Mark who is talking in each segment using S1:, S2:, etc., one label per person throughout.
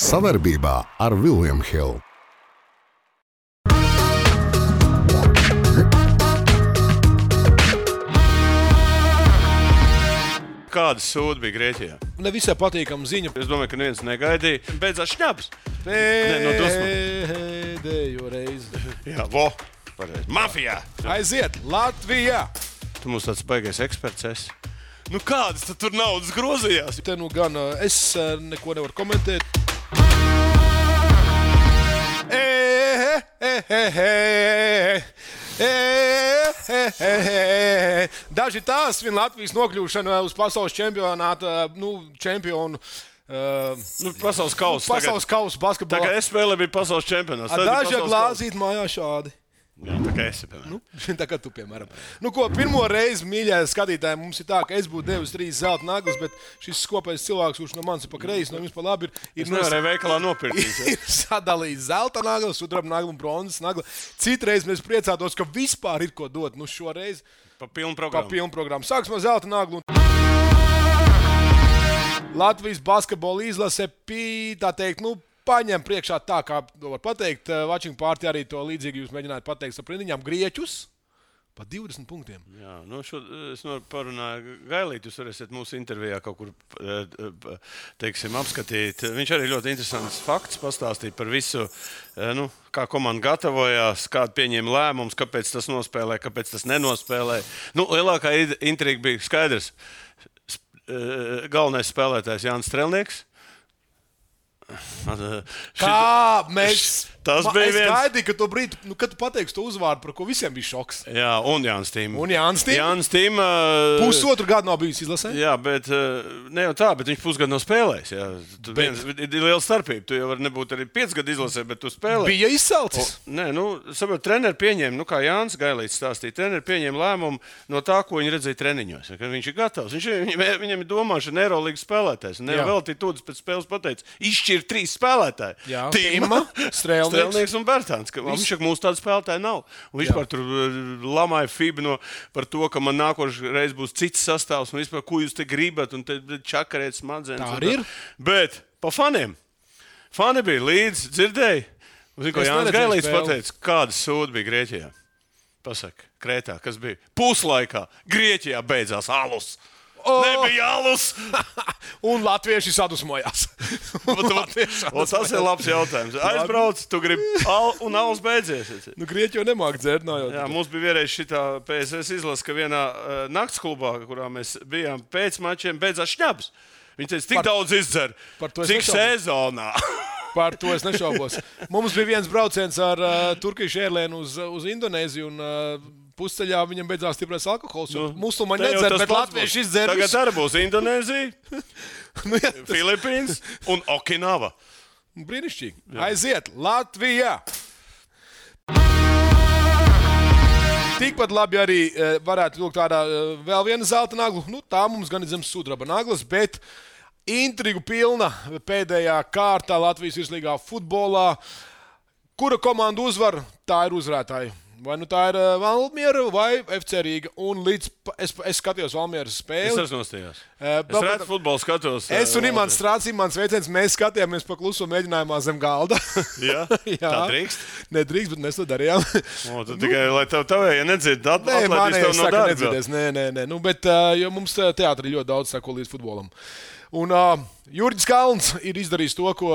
S1: Savaarbībā ar Vilniem Hilu.
S2: Kāda sūda bija Grieķijā?
S3: Nevisai patīkama ziņa.
S2: Es domāju, ka neviens negaidīja. Beidzot, šņabs! no
S3: Pēdējo reizi.
S2: Jā, vo! Pareizi. Mafijā!
S3: Aiziet, Latvijā!
S2: Tu mums tāds baigais eksperts esi. Nu kādas tad tur naudas grozījās?
S3: Te nu gan uh, es uh, neko nevaru komentēt. Ē, ē, ē, ē, ē, ē, ē, ē. Daži tās vien Latvijas nokļūšana eh, uz pasaules čempionāta, nu, čempionu. Uh,
S2: Nu, pasaules kausa.
S3: pasaules kausa
S2: Tā kā
S3: basketbolā.
S2: es spēlēju, bija pasaules čempionāts. tad bija
S3: Daži
S2: pasaules
S3: glāzīt mājā šādi.
S2: kausa. Jā, tā kā es. Nu?
S3: Tā kā tu, piemēram, nu, ko, pirmo reizi, mīļā skatītāja, mums ir tā, ka es būtu devis trīs zelta naglas, bet šis skopais cilvēks, kurš no manis ir pa kreisi, no jums pa labi, ir, ir,
S2: Es nevarēju veikalā nopirkt.
S3: ir sadalījis zelta naglas, sudraba nagla un bronzas nagla. Citreiz mēs priecātos, ka vispār ir ko dot. Nu, šoreiz
S2: Pa pilnu
S3: kā
S2: programmu.
S3: pilna programma. Sāksim ar zelta naglu. un- Latvijas basketbola izlase pī, tā teikt, nu, paņem priekšā tā, kā to var pateikt. Vačing pārtī arī to līdzīgi jūs mēģinājāt pateikt ar prindiņām grieķus. Pa 20 punktiem.
S2: Jā, nu šo, es nu parunāju, Gailīt, jūs varēsiet mūsu intervijā kaut kur eh, eh, teiksim, apskatīt. Viņš arī ļoti interesants fakts pastāstīja par visu, eh, nu, kā komanda gatavojās, kāda pieņēma lēmumus, kāpēc tas nospēlē, kāpēc tas nenospēlē. Nu, lielākā id- intriga bija skaidrs. Sp- eh, Galvenais spēlētājs Jānis Strelnieks.
S3: Kā mēs.
S2: Tas
S3: Ma-
S2: bija
S3: es
S2: viens-
S3: gaidīju, ka tu brīdi, nu, kad tu pateiksi to uzvārdu, par ko visiem bija šoks.
S2: Jā, un Jānis Tīm.
S3: Un Jānis Tīm?
S2: Jānis Tīm. eh,
S3: Pusotru gadu nav bijis izlasē.
S2: Jā, bet eh, ne jau tā, bet viņš pusgadu nav spēlējis. Jā, tur
S3: Bet-
S2: viens, ir ir liela starpība. Tu jau vari nebūt arī piecus gadus izlasē, bet tu spēlē.
S3: Bija izcelts.
S2: Nē, nu, saprotiet, treniņš pieņēma, nu, kā Jānis Gailīts stāstīja, treniņš pieņēma lēmumu no tā, ko viņš redzēja treniņos. ka Viņš ir gatavs, viņš, ir- viņam, viņam ir domāšana, neirolīgs spēlētājs. Ne jau
S3: Jā.
S2: vēl tītūdens pēc spēles pateica, izšķir trīs spēlētāji.
S3: Jā.
S2: Tīma,
S3: Tīma, Strēlnieks.
S2: Strēlnieks un Bērtāns. Viņš saka, mums tādu spēlētāju nav. Un
S3: Jā.
S2: vispār tur eh, lamāja Fibu no, par to, ka man nākošais būs cits sastāvs un vispār, ko jūs te gribat, un te čakarēt smadzenes.
S3: Tā
S2: un
S3: arī ir.
S2: Bet pa faniem. Fani bija līdzi, dzirdēji. Un, zin, ko
S3: Es
S2: Jānis
S3: neredzēju
S2: Gailīts
S3: spēli.
S2: pateica, kāda sūda bija Grieķijā? Pasaka, Krētā, kas bija puslaikā. Grieķijā beidzās alus.
S3: O!
S2: Oh! Nebija alus!
S3: Un latvieši sadusmojās. Un latvieši
S2: O, tas ir labs jautājums. Aizbrauc, tu gribi, al, un alus beidzies.
S3: Nu, Grieķi jau nemāķi dzērt, no
S2: Jā,
S3: jau.
S2: mums bija vienreiz šī PSC izlase, ka vienā uh, naktas klubā, kurā mēs bijām pēc mačiem, beidzās šņabs. Viņa teica, tik
S3: Par-
S2: par, daudz izdzer,
S3: par to es
S2: cik
S3: nešaubos.
S2: sezonā.
S3: Par to es nešaubos. Mums bija viens brauciens ar uh, Turkiju ērlēnu uz, uz Indonēziju. Un, uh, Pusceļā viņam beidzās stiprais alkohols. Nu, Musulmaņi
S2: Te jau
S3: nedzēra,
S2: tas
S3: bet
S2: pats
S3: latvieši
S2: būs.
S3: izdzēra.
S2: Tagad arī būs Indonēzija,
S3: nu, jā, tas-
S2: Filipīnas un Okināva.
S3: brīnišķīgi. Jā. Aiziet, Latvijā! Tikpat labi arī eh, varētu būt tāda eh, vēl viena zelta nagla. Nu, tā mums gan ir zem sudraba naglas, bet intrigu pilna pēdējā kārtā Latvijas virslīgā futbolā. Kura komanda uzvar, tā ir uzvarētāja. Vai nu tā ir eh, Valmiera vai FC Rīga? Un līdz pa- es, es skatījos Valmieras
S2: Es
S3: spēli.
S2: esmu nostājās.
S3: Eh,
S2: Es redzu, futbolu skatos. eh,
S3: Es un
S2: Valdis.
S3: Imants Strācis, mans veiciens, mēs skatījāmies pa kluso mēģinājumā zem galda.
S2: Jā? Tā drīkst?
S3: Nedrīkst, bet mēs to darījām.
S2: O, tad tikai, lai tev tavējie nedzird, tad
S3: Nu. Nē, man
S2: atlaidīs
S3: ir
S2: tev no darba.
S3: nedzirdēs. Nē, nē, nē. Nu, bet ā, jo mums ā, teātrī ļoti daudz sako līdz futbolam. Un uh, Jurģis Kalns ir izdarījis to, ko,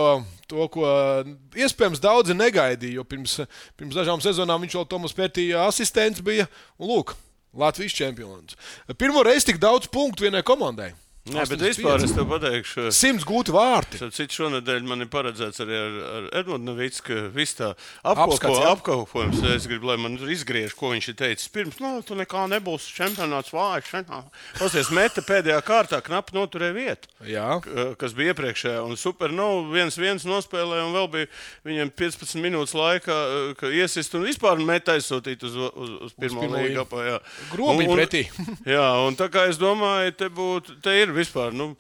S3: to, ko ā, iespējams daudzi negaidīja. Jo pirms, pirms dažām sezonām viņš jau Tomas Pētīja asistents bija. Un lūk, Latvijas čempions. Pirmo reizi tik daudz punktu vienai komandai.
S2: Nē, bet vispār es tev pateikšu.
S3: Simts gūti vārti.
S2: Tad citu šonadēļ man ir paredzēts arī ar, ar Edmundu Navīts, ka viss tā
S3: Apskats,
S2: apkopo,
S3: jā?
S2: apkopojums. Es gribu, lai man tur izgriež, ko viņš ir teicis. Pirms, nu, tu nekā nebūs čempionāts vājš. Pasies, meta pēdējā kārtā knapi noturēja vietu.
S3: Jā.
S2: k- eh, Kas bija iepriekšējā, un supernovā viens, viens nospēlēja, un vēl bija viņiem 15 minūtes laika, eh, ka iesist un vispār netaisotīt uz, uz, uz pirmo
S3: pirmo
S2: līgu.
S3: līgu.
S2: apā, jā.
S3: Grobi
S2: Un- un-
S3: pretī.
S2: jā, un tā kā es domāju, te, būt, te ir vispār. Nu,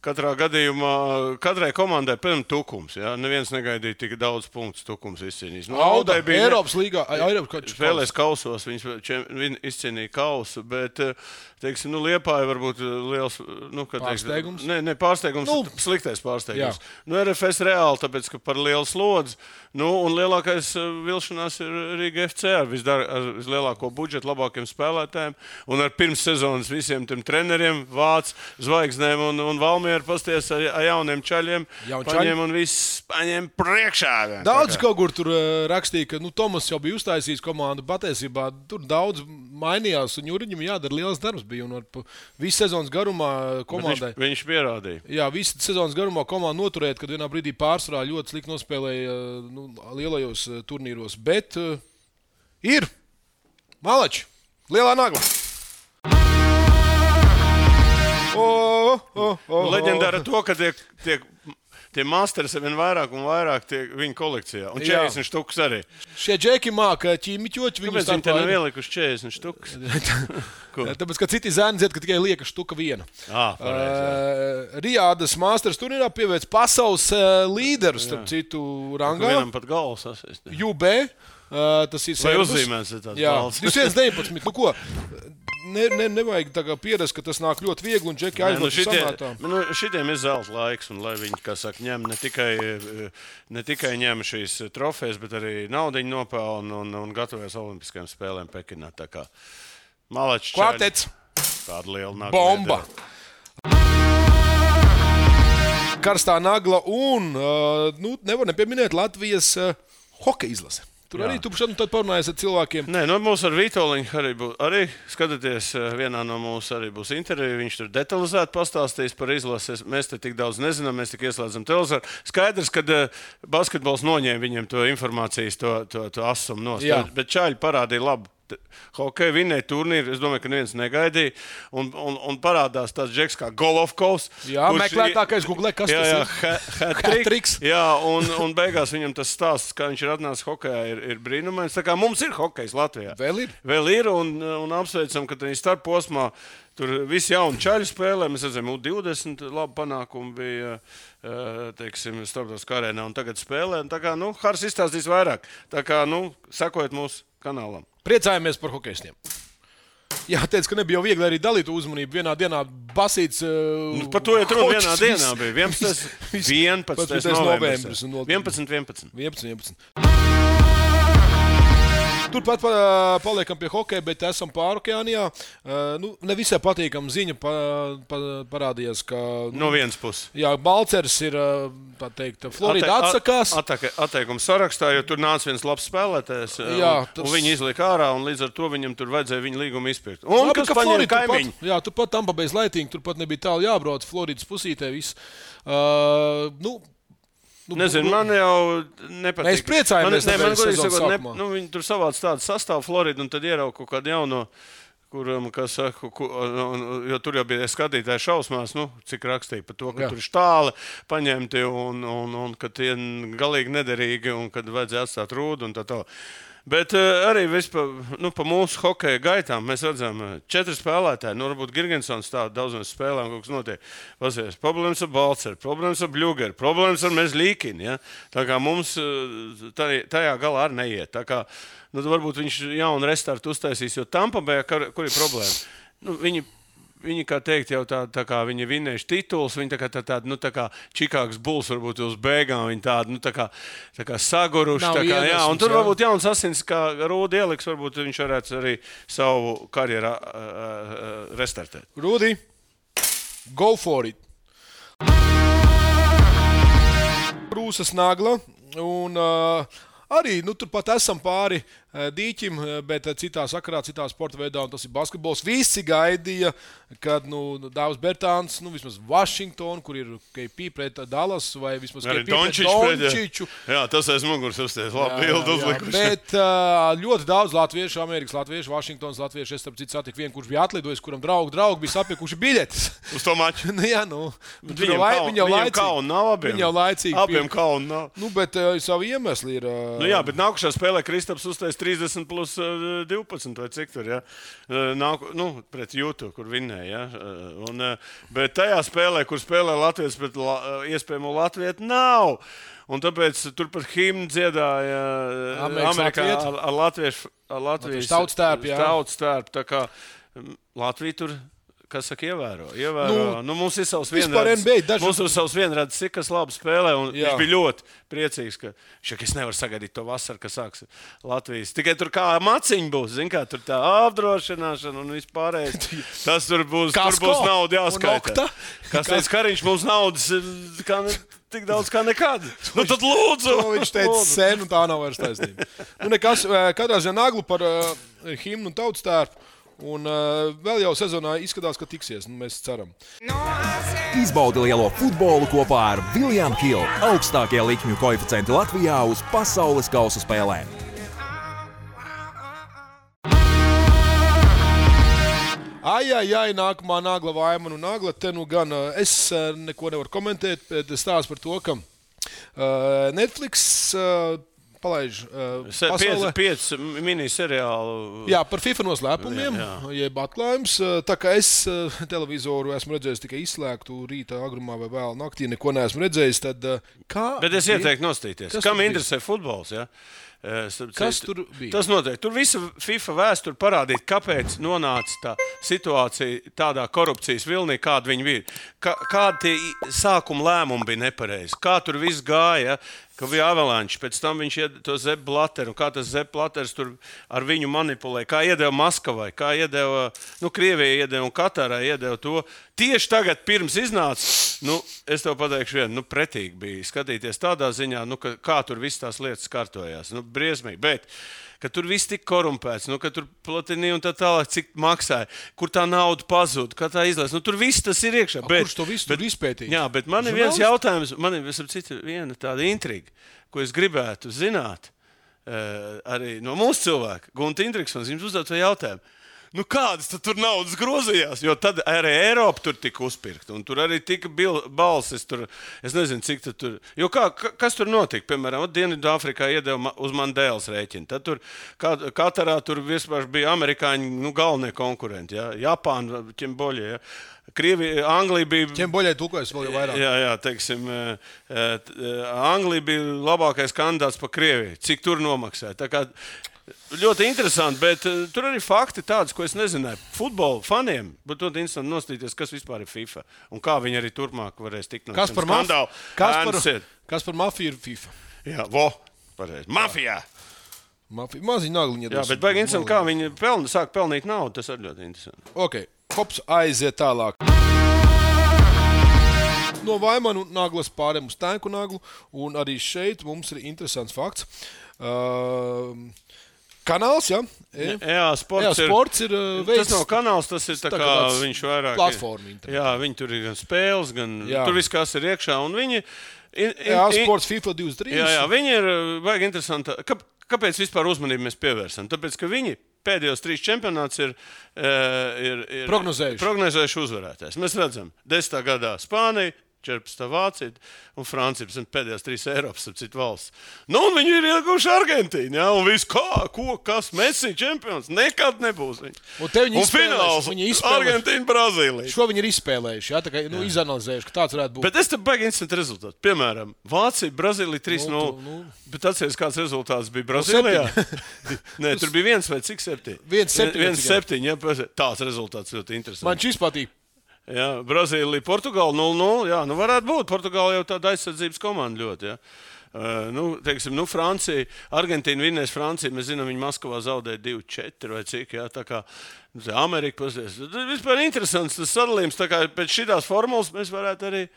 S2: Katrā gadījumā katrai komandai pirms tukums. Ja? Neviens negaidīja tik daudz punktu, tukums izcīnījis. Nu,
S3: Audai
S2: Audai
S3: bija
S2: ne-
S3: Eiropas līnija. Eiropas
S2: Spēlēs kausos, viņš čem- viņi izcīnīja kausu, bet, eh, teiksim, nu, Liepāja varbūt eh, liels nu, ka, teiksim,
S3: Pārsteigums?
S2: Nē, ne, pārsteigums,
S3: Nu,
S2: nu, sliktais
S3: jā.
S2: pārsteigums. Nu, RFS reāli, tāpēc, ka par lielu slodzi, nu, un lielākais eh, vilšanās ir Rīga FC ar, visdar, ar vislielāko budžetu, labākiem spēlētājiem un ar pirmssezonas visiem tiem treneriem, Vācu zvaigznēm un, un Valmieru pasties ar, ar jauniem čaļiem.
S3: Jauni čaļi.
S2: paņem un viss paņem priekšā. vien.
S3: Daudz kaut kur tur eh, rakstīja, ka nu, Tomas jau bija uztaisījis komandu. Patiesībā tur daudz mainījās, un Juriņam jādara liels darbs. Bija, un ar pa- visu sezonas garumā eh,
S2: Bet viņš,
S3: komandai.
S2: viņš pierādīja.
S3: Jā, visu sezonas garumā komanda noturēt, kad vienā brīdī pārsvarā ļoti slikti nospēlēja eh, nu, lielajos eh, turnīros. Bet eh, ir malači, lielā nagla. O, o, o, o.
S2: Leģendāra to, ka tiek, tiek tie masters vien vairāk un vairāk tiek viņa kolekcijā. Un
S3: Jā.
S2: 40 štukas arī.
S3: Šie džeki māca ķīmiķot, viņi
S2: Kāpēc viņi te nav ielikuši 40 štukas? Ko?
S3: Tāpēc, ka citi zēni zina, ka tikai lieka štuka viena.
S2: Ā, pareizi,
S3: Eh, Rijādas mākslinieks turnīrā pievērsa pasaules eh, līderus, starp citu, rangā.
S2: Vienam pat galvas sasist.
S3: UB. eh, Tas ir
S2: Vai
S3: Serbus.
S2: uzzīmēs ir tāds
S3: Jā,
S2: balss?
S3: 219. Nu, ko? Ne, ne, nevajag tā kā pierast, ka tas nāk ļoti viegli un džeki
S2: Nē, Nu
S3: aizlūdz
S2: šitie,
S3: samātā.
S2: nu šitiem ir zelta laiks, un lai viņi, kā saka, ņem ne tikai, eh, ne tikai ņem šīs eh, trofejas, bet arī naudu nopelna un, un gatavojas Olimpiskajām spēlēm Pekinā. Tā kā Malačs
S3: Kvartets,
S2: Tāda liela nākotnē.
S3: bomba! Karstā nagla un, eh, nu, nevar nepieminēt Latvijas eh, hokeja izlase. Tur
S2: Jā.
S3: arī tu šodien tad parunājies ar cilvēkiem.
S2: Nē, nu, mums ar Vitoļiņu arī būs. Arī skatieties, eh, vienā no mums arī būs intervija. Viņš tur detalizēti pastāstīs par izlases. Mēs te tik daudz nezinām, mēs tik ieslēdzam televizoru. Skaidrs, ka eh, basketbols noņēma viņam to informācijas, to, to, to asumu no
S3: Jā.
S2: stūra. Bet čāļi parādīja labu. t- Hokeja vinnēja turnīru. Es domāju, ka neviens negaidīja. Un, un, un parādās tāds džeks kā Golovkovs.
S3: Jā,
S2: kurš
S3: meklētākais Google, kas
S2: jā, jā,
S3: tas ir?
S2: ha-
S3: Hat-tricks.
S2: hat-trick. Jā, un, un beigās viņam tas stāsts, kā viņš ir atnācis hokeja, ir, ir brīnumains. Tā kā mums ir hokejs Latvijā.
S3: Vēl ir?
S2: Vēl ir un, un apsveicam, ka tajā starp posmā tur viss jauni čaļi spēlē. Mēs redzam, U20 labi panākumi bija, eh, teiksim, starptautiskā arēnā un tagad spēlē. Un Tā kā, nu, Hars izstāstīs vairāk. Tā kā, nu, sekojiet mūsu kanālam.
S3: Priecājamies par hokeistiem. Jā, teica, ka nebija jau viegli arī dalīt uzmanību. Vienā dienā basīts. Uh,
S2: Nu, Par to jau tur vienā dienā bija 11. 11.
S3: 11. novembris un
S2: 11. 11.
S3: 11, 11. Turpat pa, paliekam pie hokeja, bet esam pāri okeānijā. Uh, nu, nevisai patīkama ziņa pa, pa, parādījās, ka nu,
S2: No vienas puses.
S3: jā, Balčers ir uh, tā teikt, Florida
S2: Ate-
S3: atsakās.
S2: at- ataka- Atteikuma sarakstā, jo tur nāca viens labs spēlētājs. eh,
S3: Jā,
S2: un,
S3: tas-
S2: tas... un viņi izlika ārā, un līdz ar to viņam tur vajadzēja viņa līgumu izpirkt. Un
S3: Labi,
S2: kas
S3: ka
S2: paņēma
S3: Florida
S2: kaimiņu?
S3: turpat- Jā, turpat tam pabeigts laitīgi, turpat nebija tālu jābrauc Floridas pusītē. Viss. Uh, nu, nu,
S2: Nezinu,
S3: nu,
S2: man jau nepatīk.
S3: Mēs
S2: Man,
S3: priecājamies
S2: nē, man
S3: tāpēc
S2: godīgi
S3: sezonas
S2: sakot,
S3: sākumā.
S2: ne, nu, viņi tur savāca tādu sastāvu Floridu un tad ierauga kaut kādu jaunu. Kuram, kas saka, ku, un- un- jo tur jau bija skatītāji šausmās, nu, cik rakstīja par to, ka Jā.
S3: Jā.
S2: tur štāli paņemti un, un, un ka tie galīgi nederīgi un kad vajadzēja atstāt rūdu un tā tālāk. Bet eh, arī vispār nu, pa mūsu hokeja gaitām mēs redzam, ka četri spēlētāji, nu, varbūt Gigantsons tādā daudzos spēlēm kaut kas notiek. Pasies, problēmas ar Balčūsku, problēmas ar Bluegeru, problēmas ar Mezlīkinu. Ja? Tā kā mums eh, tai- tajā galā arī neiet. Tā kā, nu, tad varbūt viņš jaunu restartu uztaisīs, jo tam pabeigā, kur ir problēma. Nu, viņi Viņi, kā teikt, jau tā, tā kā viņi ir vinnējuši titulus, viņi tā kā tā, tāda, nu, tā kā Čikāgas būs, varbūt uz beigām viņi tādu, nu, tā kā, tā kā saguruši.
S3: Nav
S2: Tā kā, jā, un
S3: iedvesmas,
S2: tur
S3: jā.
S2: varbūt jauns asins, kā Rūda ieliks, varbūt viņš varētu arī savu karjeru ā, ā, ā, restartēt.
S3: Rudi, go for it! Prūsas nagla. Un, uh, Arī nu, turpat esam pāri eh, dīķim, eh, bet eh, citā sakarā, citā sporta veidā, un tas ir basketbols. Visi gaidīja, kad nu, Dārzs Bērtāns, nu, vismaz Vašingtonu, kur ir KP pret Dallas, vai vismaz
S2: Arī
S3: KP pret
S2: Dončičs pēdējā.
S3: Dončiču.
S2: Jā, tas aiz muguras uzties. Labi, bildi uzlikuši.
S3: Bet uh, ļoti daudz latviešu, Amerikas latviešu, Vašingtonas latviešu. Es starp citu satiku vienu, kurš bija atlidojis, kuram draugi, draugi bija sapikuši biļetes.
S2: Uz to maču.
S3: nu, jā, nu, bet
S2: Viņam
S3: lai-
S2: kauna- viņam kauna nav abiem.
S3: Viņam laicīgi.
S2: Abiem
S3: pie-
S2: kaunu nav.
S3: Nu, bet uh, savu iemeslu ir. Uh,
S2: Nu jā, bet nākošā spēlē Kristaps uztais 30 plus eh, 12 vai cik tur ir. Ja? Nāk, nu, pret Jūtu, kur vinnēja. Ja? Un, eh, bet tajā spēlē, kur spēlē Latvijas, bet la, eh, iespējamo Latviju nav. Un tāpēc tur pat himnu dziedāja eh,
S3: Amerikas
S2: Amerikā
S3: latvieti?
S2: ar, ar latviešu, ar latviešu
S3: Latviešu tautstērpu, jā.
S2: tautstērpu. Tā kā mm, Latvija tur. Kas saka, ievēro? ievēro. Nu, nu, mums ir savs
S3: vispār
S2: vienreizes-
S3: NBA dažu-
S2: Mums ir savs vienreizes, cik kas labi spēlē. un
S3: Jā.
S2: Viņš bija ļoti priecīgs, ka viņš saka, es nevaru sagaidīt to vasaru, kas sāksies Latvijas. Tikai tur kā maciņa būs, zin kā tur tā apdrošināšana un vispārējais. Tas tur būs,
S3: Kasko
S2: tur būs nauda
S3: un okta.
S2: jāskaita. Kas teica, ka viņš mums naudas ir kā ne, tik daudz kā nekad? Nu, tad lūdzu!
S3: To viņš teica
S2: Lūdzu.
S3: sen, un tā nav vairs taisnība. Nu, nekas, eh, katrā ziņā naglu par uh, himnu un tautas tērpu. Un uh, vēl jau sezonā izskatās, ka tiksies. Nu, mēs ceram.
S4: Izbaudi lielo futbolu kopā ar Viljām Hilu. Augstākie likmju koeficienti Latvijā uz pasaules kausa spēlēm.
S3: Ai, ai, ai, nākamā nagla vaina un nagla. Te nu gan eh, es eh, neko nevaru komentēt, bet es stāstu par to, ka uh, Netflix uh, palaiž uh,
S2: Se- Pieci piec miniseriāli.
S3: Jā, par FIFA noslēpumiem, jā,
S2: Jā,
S3: jā. jeb atklājums. Tā kā es eh, televizoru esmu redzējis tikai izslēgtu rītā, agrumā vai vēl naktī, neko neesmu redzējis. Tad, eh, kā,
S2: Bet es ieteiktu nostīties.
S3: Kas
S2: Kas
S3: tur
S2: Kam
S3: bija?
S2: interesē futbols? Ja? Eh, starp
S3: Kas
S2: citu,
S3: tur bija?
S2: Tas noteikti. Tur visa FIFA vēsture parādīja, kāpēc nonāca tā situācija tādā korupcijas vilnī, kāda viņa bija. Kā, kādi tie i- sākuma lēmumi bija nepareizi? Kā tur viss gāja? Ka bija avalanche, pēc tam viņš iedeva to zepblateru, un kā tas zepblaters tur ar viņu manipulēja, kā iedeva Maskavai, kā iedeva, nu, Krievijai iedeva un Katārai iedeva to. Tieši tagad, pirms iznāca, nu, es tev pateikšu, viena nu, pretīga bija skatīties tādā ziņā, nu, ka, kā tur viss tās lietas kārtojās. Nu, briesmīgi. Bet, ka tur viss tik korumpēts, nu, ka tur platīnija un tā tālāk, cik maksāja, kur tā nauda pazuda, kā tā izlaiž. Nu, tur viss tas ir iekšā.
S3: Bet, kurš to visu bet, tur izpētīja?
S2: Jā, bet man ir viens
S3: Žurnālisti?
S2: jautājums, man ir visam cita viena tāda intriga, ko es gribētu zināt. eh, Arī no mūsu cilvēka, Gunta Indriksons, jums uzdot šo jautājumu. Nu, kādas tad tur naudas grozījās? Jo tad arī Eiropa tur tika uzpirkta. un Tur arī tika bil- balsis. Tur, es nezinu, cik tad tur. Jo kā, ka- kas tur notika? Piemēram, ot, Dienvidāfrikā iedeva ma- uz Mandēlas rēķinu. Tad tur kā- Katarā tur vispār bija amerikāņu nu, galvenie konkurenti. Ja? Japāna, Čemboļie. Ja? Krievija, Anglija bija
S3: Tiem boļai tulkojas vēl jau vairāk.
S2: Jā, jā, teiksim, eh, eh, t- eh, Anglija bija labākais kandidāts par Krieviju. Cik tur nomaksāja? Tā kā Ļoti interesanti, bet eh, tur arī fakti tādi, ko es nezināju. Futbola faniem būtu ļoti interesanti nostīties, kas vispār ir FIFA un kā viņi arī turpmāk varēs tikt no
S3: Kas par
S2: šiem
S3: mafiju?
S2: skandāliem.
S3: Kas, par-
S2: Ēnas
S3: kas par mafiju ir FIFA?
S2: ir- Jā, vo! Pareizi. Mafijā!
S3: Mafija, maziņa nagliņa.
S2: Jā, bet baigi interesanti, kā viņi pelna, sāk pelnīt naudu. Tas arī ļoti interesanti.
S3: Ok, hops aiziet tālāk. No Vaimana un Nāglas pārējām uz Tēnku naglu. Un arī šeit mums ir interesants fakts. Uh, kanāls, jā? Ja? E?
S2: Jā, sports,
S3: Jā, sports ir, eh, veids-
S2: tas nav kanāls, tas ir tā
S3: tā
S2: kā,
S3: kā
S2: kā
S3: tāds
S2: viņš vairāk. ir-
S3: platforma internetā.
S2: Jā, viņi tur ir gan spēles, gan
S3: Jā.
S2: jā. tur viss, kas ir iekšā. un Viņi, in, in,
S3: Jā,
S2: in-
S3: E sports FIFA 23.
S2: Jā, jā, viņi ir uh, baigi interesanti. Kāp, kāpēc vispār uzmanību mēs pievērsām? Tāpēc, ka viņi pēdējos trīs čempionāts ir, uh, ir, ir
S3: Prognozējuši.
S2: prognozējuši uzvarētājs. Mēs redzam, 10. gadā Spānija. 14. Vācija un Francija - pēdējās trīs Eiropas ap citu valsts. Nu, un viņi ir ieguvuši Argentīnu. Jā, un viss kā, ko, kas, Messi čempions. Nekad nebūs. Viņi.
S3: Un te viņi
S2: un
S3: izspēlēs,
S2: fināls
S3: viņi izspēlēs.
S2: Argentīna, Brazīlija.
S3: Šo viņi ir izspēlējuši, jā, tā kā nu, izanalizējuši, ka tāds varētu būt.
S2: Bet es tam baigi instantu rezultātu. Piemēram, Vācija, Brazīlija 3-0.
S3: tu,
S2: Nu,
S3: nu.
S2: bet atcerieties, kāds rezultāts bija Brazīlijā? Nē, tur bija viens vai cik septiņi.
S3: Viens septiņi,
S2: viens
S3: cik jā.
S2: septiņi. Jā, pazi- tāds rezultāts ļoti
S3: Man
S2: interesants.
S3: šis patīk.
S2: Jā, Brazīlija, Portugāla 0-0. Jā, nu varētu būt. Portugāla jau tāda aizsardzības komanda ļoti. Jā. Uh, nu, teiksim, nu, Francija, Argentīna vinnēs Franciju. Mēs zinām, viņi Maskavā zaudēja 2-4 vai cik. Jā, tā kā nu, tā Amerika pasies. Tas ir vispār interesants tas sadalījums. Tā kā pēc šīs formulas mēs varētu arī.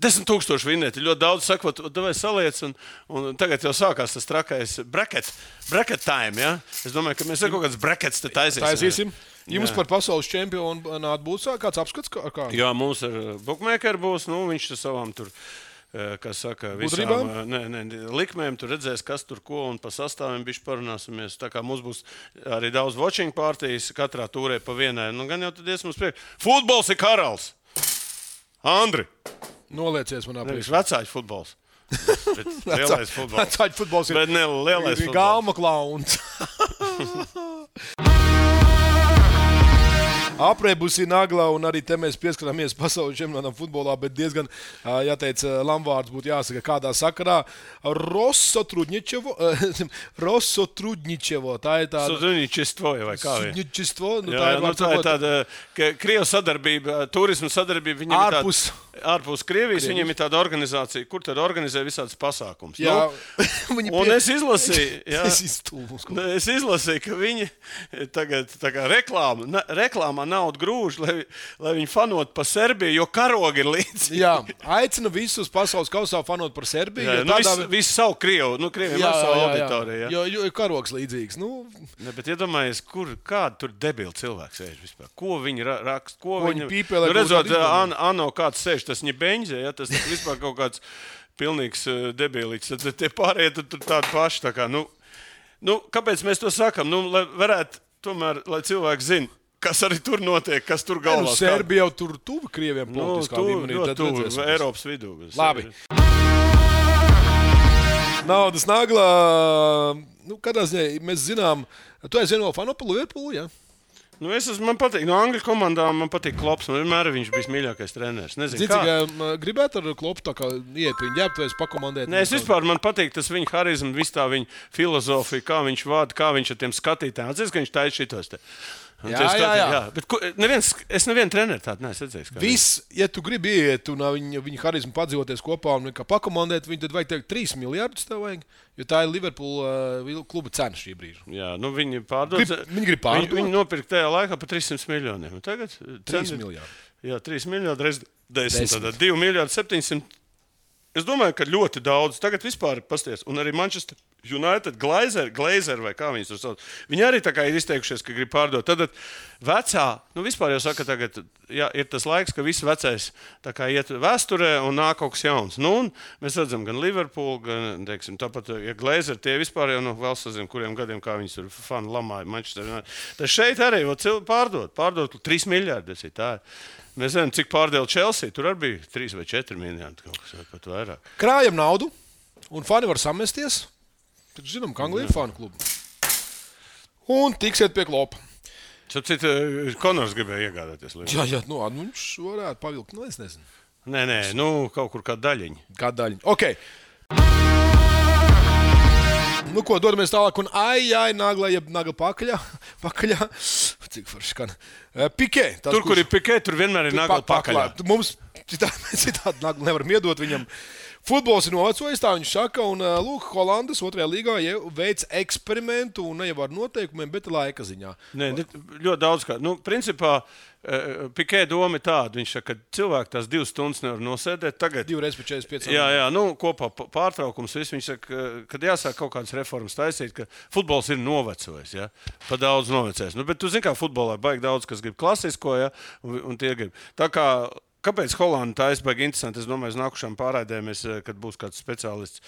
S2: Desmit tūkstoši vinēti. Ļoti daudz saka, vai saliec. Un, un tagad jau sākās tas trakais bracket, bracket time. Ja? Es domāju, ka mēs ar kaut kādas brackets te taisīsim.
S3: Taisīsim. Jums
S2: Jā.
S3: par pasaules čempionu būs kāds apskats, kā, kā?
S2: Jā, mums ir eh, bookmaker būs, nu, viņš ar savām tur. eh, Kā saka, visām,
S3: Gudrībām?
S2: eh, nē, nē, likmēm tur redzēs, kas tur ko un par sastāviem bija parunāsimies. Tā kā mums būs arī daudz watching pārtīs, katrā turē pa vienai. Nu, gan jau tad iesim uz priekšu. Futbols ir karalis! Andri!
S3: noliecies manā
S2: Nevis
S3: priekšā.
S2: vecais futbols. Bet Lielais futbols.
S3: Vecāļu futbols ir
S2: Bet ne lielais
S3: ir
S2: futbols.
S3: Galma klauns. Aprebusi nagla, un arī te mēs pieskaramies pasaules čempionātam futbolā, bet diezgan, ā, jāteic, ā, Lamvārds būtu jāsaka, kādā sakarā. Rosso Trudņičevo, Rosso Trudņičevo, tā ir tāda.
S2: Suduničistoja vai kā viņa?
S3: Sudņičevo, nu,
S2: Jā, jā, nu, tā ir
S3: vārds,
S2: tāda ka Krievijas sadarbība, turisma sadarbība. viņiem ir
S3: Ārpus.
S2: tāda, ārpus Krievijas. Viņiem ir tāda organizācija, kur tad organizē visādas pasākumus.
S3: Jā,
S2: Nu,
S3: viņi
S2: un es izlasīju, jā.
S3: Es iztūmus.
S2: Nu, Es izlasīju, ka viņi tagad tā kā reklāma, na, reklāmā naudu grūž, lai, lai viņi fanotu pa Serbiju, jo karogi ir līdzi.
S3: Jā, aicinu visus pasaules kausā fanot par Serbiju.
S2: Jā,
S3: jo
S2: nu,
S3: tādā-
S2: visu, visu savu krievu, nu, krieviem ir savu auditoriju. Jā.
S3: Jo, jo ir karoks līdzīgs. Nu,
S2: Ne, bet iedomājieties, kur kāda tur debila cilvēka sēž vispār. Ko viņi ra- raksta? Ko,
S3: Ko viņi pīpē, lai
S2: Nu,
S3: kaut
S2: redzot,
S3: kādu izdomā?
S2: an, ano kāds sēž, tas viņa beņģē, ja, tas ir vispār kaut kāds pilnīgs eh, debilīts. Tad tad tie pārējie tur, tur tādi paši. Tā kā, nu, nu, kāpēc mēs to sakam? Nu, lai varētu tomēr, lai cilvēki zinātu, kas arī tur notiek, kas tur
S3: Nē,
S2: galvā
S3: nu,
S2: skan.
S3: Serbija jau tur tuvu Krievijam,
S2: Nu,
S3: politiskā nu,
S2: tuvu,
S3: līmenī.
S2: ļoti
S3: tad
S2: tuvu
S3: redzēsim.
S2: Eiropas vidū. kas
S3: Labi.
S2: ir.
S3: Naudas nagla. Nu, kādā ziņā mēs zinām, tu esi vieno fanu par Liverpoolu. Ja?
S2: Nu, es esmu, man patīk, no angļu komandām man patīk Klops. Man vienmēr viņš bija mīļākais treneris. Nezinu,
S3: Zini,
S2: kā.
S3: ka m, gribētu ar klopu tā kā iet viņa ģērbt vai es pakomandēt.
S2: Nē, es vispār man patīk tas viņa harizma, visa tā viņa filozofija, kā viņš vada, kā viņš ar tiem skatītājiem. Atcerieties, ka viņš taisa šitos. Te. Un
S3: Jā,
S2: tie
S3: jā,
S2: skatītāji-
S3: jā.
S2: Bet ko, neviens, es nevienu treneru tādu neesmu redzējis. kā viņš-
S3: Viss, ja tu gribi iet un ā, viņa, viņa harizmu padzīvoties kopā un kā pakomandēt, viņu tad vajag teikt 3 miljardus tev vajag, jo tā ir Liverpoolu kluba cena šī brīža.
S2: Jā, nu viņi pārdod.
S3: Grib- viņi grib pārdot?
S2: Viņi, viņi nopirka tajā laikā par 300 miljoniem. Un Tagad
S3: 3
S2: cena ir-
S3: miljardi.
S2: Jā, 3 miljardi reizes 10.
S3: Desmit.
S2: Tātad 2 miljardi 700. Es domāju, ka ļoti daudz. Tagad vispār pasties. Un arī Manchester United, Glazer, Glazer vai kā viņas tur sauc. Viņi arī tā kā ir izteikušies, ka grib pārdot. Tad vecā, nu vispār jau saka, tagad jā, ir tas laiks, ka viss vecais tā kā iet vēsturē un nāk kaut kas jauns. Nu, un mēs redzam gan Liverpool, gan, teiksim, tāpat, eh, ja Glazer tie vispār jau, nu, vēl sazin, kuriem gadiem kā viņas tur fani lamāja Manchester United. Tad šeit arī, vot, cil- pārdot, pārdot 3 miljārdus ir tā. Mēs zinām, cik pārdeva Chelsea. Tur arī bija 3 vai 4 miljardi, kaut kas vai pat vairāk.
S3: Krājam naudu, un fani var samesties. Tad zinām, ka Anglija ir fanu klubs. Un tiksiet pie klopa.
S2: Starp citu, Konors gribēja iegādāties. Liverpool.
S3: Jā, jā, nu, ā, nu viņš varētu pavilkt. Nu, es nezinu,
S2: Nē, nē, nu, kaut kur kā daļiņa.
S3: kāda daļa. Okay. Nu, ko dodamies tālāk? Un, ai, ai, nagla, jeb nagla pakaļā. pakaļā. Cik forši skan. Eh, Pikē. Tas,
S2: Tur, kur ir pikē, tur vienmēr ir nagla pakaļ.
S3: paklāt. Mums citādi nagla nevaram iedot viņam. Futbols ir novecojis, tā viņš saka, un eh, lūk, Holandas otrajā līgā jau veids eksperimentu, un ne jau ar noteikumiem, bet laika ziņā.
S2: Nē, ne, ļoti daudz. Kā. Nu, principā, eh, pikē doma ir tāda. Viņš saka, ka cilvēki tās divas stundas nevar nosēdēt. Tagad
S3: Divreiz pa 45.
S2: Jā, jā, nu, kopā pa- pārtraukums. viss. Viņš saka, ka jāsāk kaut kādas reformas taisīt, ka futbols ir novecojis. Ja? Pa daudz novecojis. Nu, bet tu zini, kā futbolā baigi daudz, kas grib klasisko, ja? un, un tie grib. Tā kā, kāpēc Holanda tā aizbēga interesanti? Es domāju, uz nākušām pārraidēm, es, eh, kad būs kāds speciālists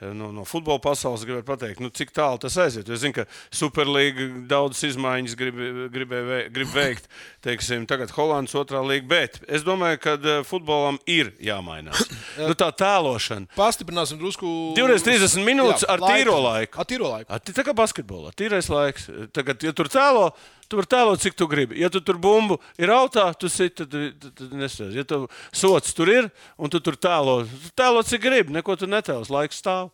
S2: eh, no, no futbola pasaules, gribētu pateikt, nu, cik tālu tas aiziet. Jo Es zinu, ka Superlīga daudzas izmaiņas grib, gribēja vei- grib veikt. Teiksim, tagad Holandas otrā līga, bet es domāju, ka eh, futbolam ir jāmainās. nu, tā tēlošana.
S3: Pastiprināsim drusku.
S2: Divreiz 30 minūtes ar tīro laiku.
S3: Ar tīro laiku.
S2: A, ti- Tā kā basketbolā ir tīrais laiks. Tagad, ja tur cēlo, tu vari tēlot, cik tu gribi. Ja tu tur bumbu ir autā, tu siti, tad, tad, tad nesēdz. Ja tu sots tur ir un tu tur tēlo, tu tēlo, cik gribi, neko tu netēlos, laiks stāv.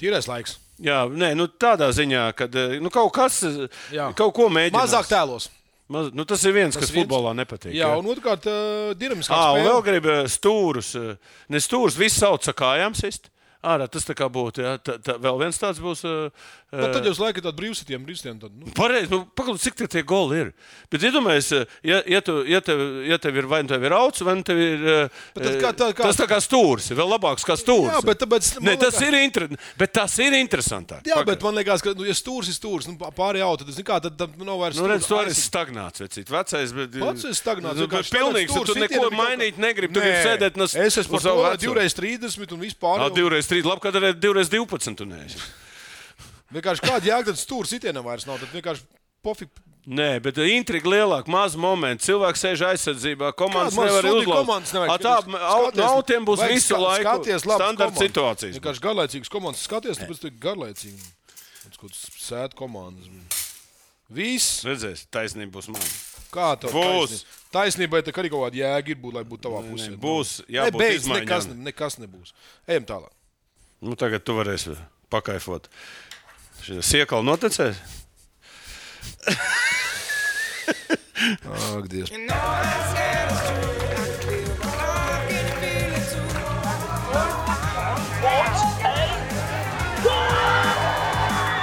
S3: Tīrais laiks.
S2: Jā, nē, nu tādā ziņā, ka nu, kaut kas,
S3: Jā.
S2: Jā. kaut ko mēģina.
S3: Mazāk tēlos.
S2: Maz, nu, tas ir viens,
S3: Tas
S2: kas
S3: viens.
S2: futbolā nepatīk.
S3: Jā, un otrkārt, eh, dinamiskā
S2: Ah, un vēl
S3: spēle.
S2: gribam stūrus. eh, Ne stūrus, viss sauc ar kājām sist. Ārā tas tā kā būtu. Jā, tā, tā, vēl viens tāds būs. eh,
S3: Nu,
S2: eh,
S3: Tad jau slēgt tādu brīvsitiem, brīvsitiem. Tad, nu.
S2: Pareizi, nu, paklaus, cik tie, tie goli ir. Bet iedomājieties, ja, ja, tu- ja, tev- ja tev ir vai nu tev ir auts, vai nu tev ir. eh,
S3: tad kā- tā kā-
S2: Tas tā kā stūris, ir vēl labāks kā stūris.
S3: Jā, bet tāpēc- man
S2: ne, tas,
S3: liekas-
S2: ir inter... bet tas ir interesantāk.
S3: Jā,
S2: Pagaid.
S3: bet man liekas, ka nu, ja stūris ir stūris, nu, pārējā auto, tad, zini kā, tad, tad nu, nav vairs.
S2: Nu, redz, tu
S3: stūra
S2: arī esi
S3: aizsist.
S2: stagnāts. Vecīt. Vecais, bet. eh,
S3: Pats esi stagnāts,
S2: Nu,
S3: vienkārši
S2: bet pilnīgs,
S3: tagad
S2: tu neko
S3: stūri sitieni, bet
S2: mainīt
S3: kaut-
S2: negribi. Tu gribi
S3: Nē,
S2: sēdēt no s-
S3: Es esmu
S2: uz savu
S3: par to
S2: vecumu.
S3: divreiz 30 un
S2: Ā,
S3: vispār.
S2: Divreiz trīs, labi, kad arī divreiz divpadsmit.
S3: Vienkārši kāda jēga, tad stūris sitienam vairs nav. Tad vienkārši pofik
S2: Nē, bet eh, intriga lielāka, maz moments. Cilvēks sēž aizsardzībā, komandas
S3: Kādu
S2: nevar
S3: man sūdi
S2: uzlaukt.
S3: komandas nevajag?
S2: A Tā nu,
S3: Skaties,
S2: autiem būs
S3: vajag
S2: visu
S3: ska-
S2: laiku
S3: skaties labas
S2: standarta
S3: komandas.
S2: situācijas.
S3: Vienkārši garlaicīgs komandas. Skaties, tāpēc tik garlaicīgi. Tas kaut kāds sēta komandas. Viss,
S2: Redzēs, taisnība būs man.
S3: kā tev
S2: Būs.
S3: taisnība. Taisnībai te arī kaut kāda jēga ir būt, lai būtu tavā pusē.
S2: Būs
S3: nu, Nē,
S2: jābūt
S3: beidz, nekas,
S2: izmaiņām.
S3: ne- nekas nebūs. Ejam tālāk.
S2: Nu, tagad tu varēsi pakaifot. Šis siekals noticēs.
S3: Ak, Dievs.
S5: You know that's it, it's true. I can feel it. I can feel it too.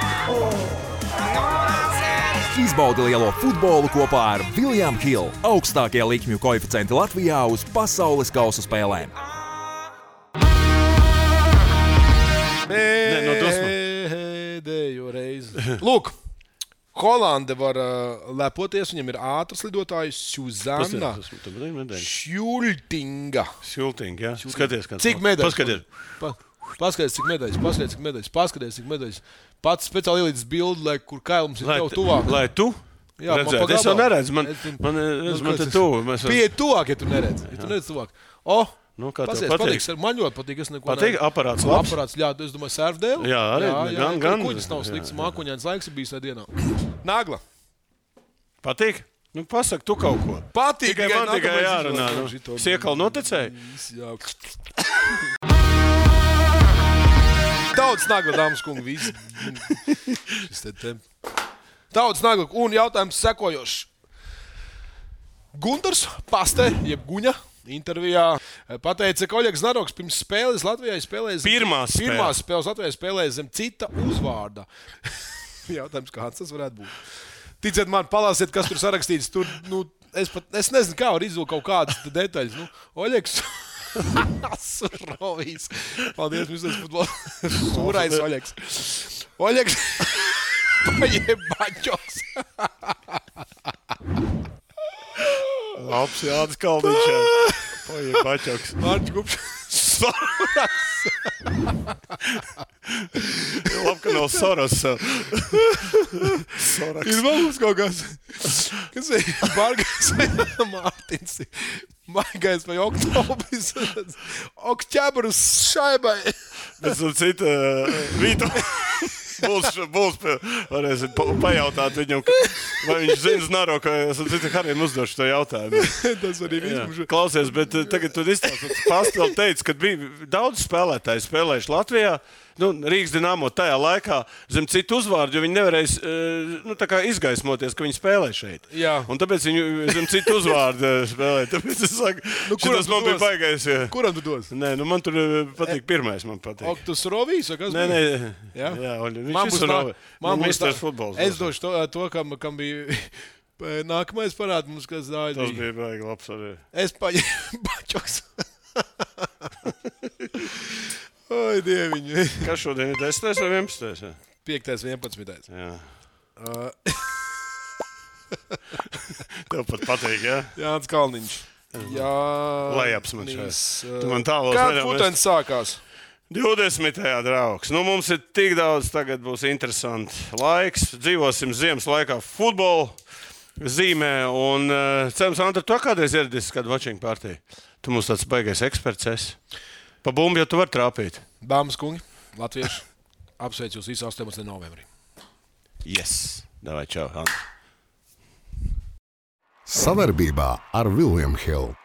S5: You know that's it, it's
S4: Izbaudi lielo futbolu kopā ar Viljām Hilu. Augstākie likmju koeficienti Latvijā uz pasaules kausa spēlēm.
S3: Nē,
S2: no dusmām.
S3: Pēdējo reizi. Lūk, Holanda var uh, lepoties. Viņam ir ātrs lidotājs Suzana Šultinga.
S2: Šiltīgi, jā. Skaties, kā
S3: Cik medaļas?
S2: Paskaties.
S3: Pa, paskaties, cik medaļas, paskaties, cik medaļas, paskaties, cik medaļas. Pats speciāli ielicis bildi, lai kur kailums ir
S2: Lai,
S3: tev
S2: tu-
S3: tuvāk.
S2: lai tu.
S3: Jā,
S2: Jā,
S3: man
S2: redzēt,
S3: pa
S2: es jau
S3: gabalu.
S2: neredzu, man,
S3: Es- nu,
S2: man, eh, es, man te
S3: kas-
S2: tuvu. mēs-
S3: Pie tuvāk, ja tu neredzi. Ja tu neredzi tuvāk. O,
S2: Nu, kā tev
S3: paskaties,
S2: patīk?
S3: patīk? Man ļoti patīk. Es neko
S2: Patīk?
S3: neredzu.
S2: Aparāts labs?
S3: Aparāts, jā, es domāju, sērfdēlis.
S2: Jā, arī,
S3: jā, jā,
S2: gan-
S3: gan,
S2: gan.
S3: gan. Kuģis nav slikts, mākoņains laiks ir bijis tajā dienā. Nagla.
S2: Patīk? Nu, pasaki, tu kaut ko.
S3: Patīk,
S2: Tikai man tikai jārunā. Nu. Siekal noticēja?
S3: Daudz nagla, dāmas un kungi. viss. Šis te te. Daudz nagla. Un jautājums sekojošs. Gunārs Pastē, jeb Guņa. Intervijā eh, pateica, ka Oļegs Znaroks pirms spēles Latvijai spēlēja zem
S2: Pirmās
S3: pirmās spēles Latvijai spēlēja zem cita uzvārda. Jautājums, kāds tas varētu būt? Ticiet man, palāsiet, kas tur sarakstīts. Tur, nu, es, pat, es nezinu, kā var izvilkt kaut kādas te detaļas. Nu, Oļegs. Surovīs. Paldies, Mr. Futbol. Sūrais Oļegs. Oļegs. Pajebaņos.
S2: Labs, Jānis Kalniņš. Paiet bačoks.
S3: Mārķis Gupšs. Sūrais.
S2: Labi, ka nav Soros. Soros.
S3: Ir vēl mums kaut kas. Kas ir Bargais vai Mārtins? Maigais vai Oktobris? Oktobrus šaibai.
S2: Es un citu uh, rītu. Būs, būs pie- varēsim pa- pajautāt viņam, ka- vai viņš zina, Znaro, ka es un citu Harim uzdošu to jautājumu.
S3: Tas arī viss
S2: Jā.
S3: mums.
S2: Klausies, bet eh, tagad tu izstāstīji, Pastels teica, ka bija daudz spēlētāju spēlējuši Latvijā. Nu, Rīgas dīnāmo tajā laikā zem citu uzvārdu, jo viņi nevarēs eh, nu, tā kā izgaismoties, ka viņi spēlē šeit.
S3: Jā.
S2: Un tāpēc viņi zem citu uzvārdu eh, spēlē. Tāpēc es saku, nu,
S3: kuram
S2: kurš
S3: tu
S2: man bija
S3: dos?
S2: baigais. jā.
S3: Kuram tu dos?
S2: Nē, nu man tur eh, patīk pirmais, man patīk.
S3: Oktus Rovīs vai kas?
S2: Nē,
S3: bija?
S2: nē,
S3: E- Jā?
S2: jā un viņš
S3: Man būs
S2: visu nav-
S3: tā,
S2: nu,
S3: man būs tā.
S2: Misters futbols.
S3: Es došu to, to kam, kam bija nākamais parāds mums, kas zāja.
S2: Tas bija baigi labs arī.
S3: Es paņēmu bačoks. Oi, dieviņi.
S2: Kas šodien ir 10. vai 11. jā?
S3: 5. 11.
S2: Jā. Tev pat patīk, jā?
S3: Jānis Kalniņš. Jā,
S2: Lejaps man šeit.
S3: šeit.
S2: Tu man tālos
S3: Kā
S2: neļauj
S3: putenis sākās?
S2: 20. draugs. Nu, mums ir tik daudz, tagad būs interesants laiks. Dzīvosim ziemas laikā futbolu zīmē. Un uh, cerams, Antru, tu kādreiz ieradies kādu watching partiju. Tu mums tāds baigais eksperts esi. Pa bumbu jau tu vari trāpīt.
S3: Dāmas kungi, latvieši, apsveicu jūs visu 18. novembrī.
S2: Yes! Davai, čau, Antru!
S1: Savarbībā ar William Hill.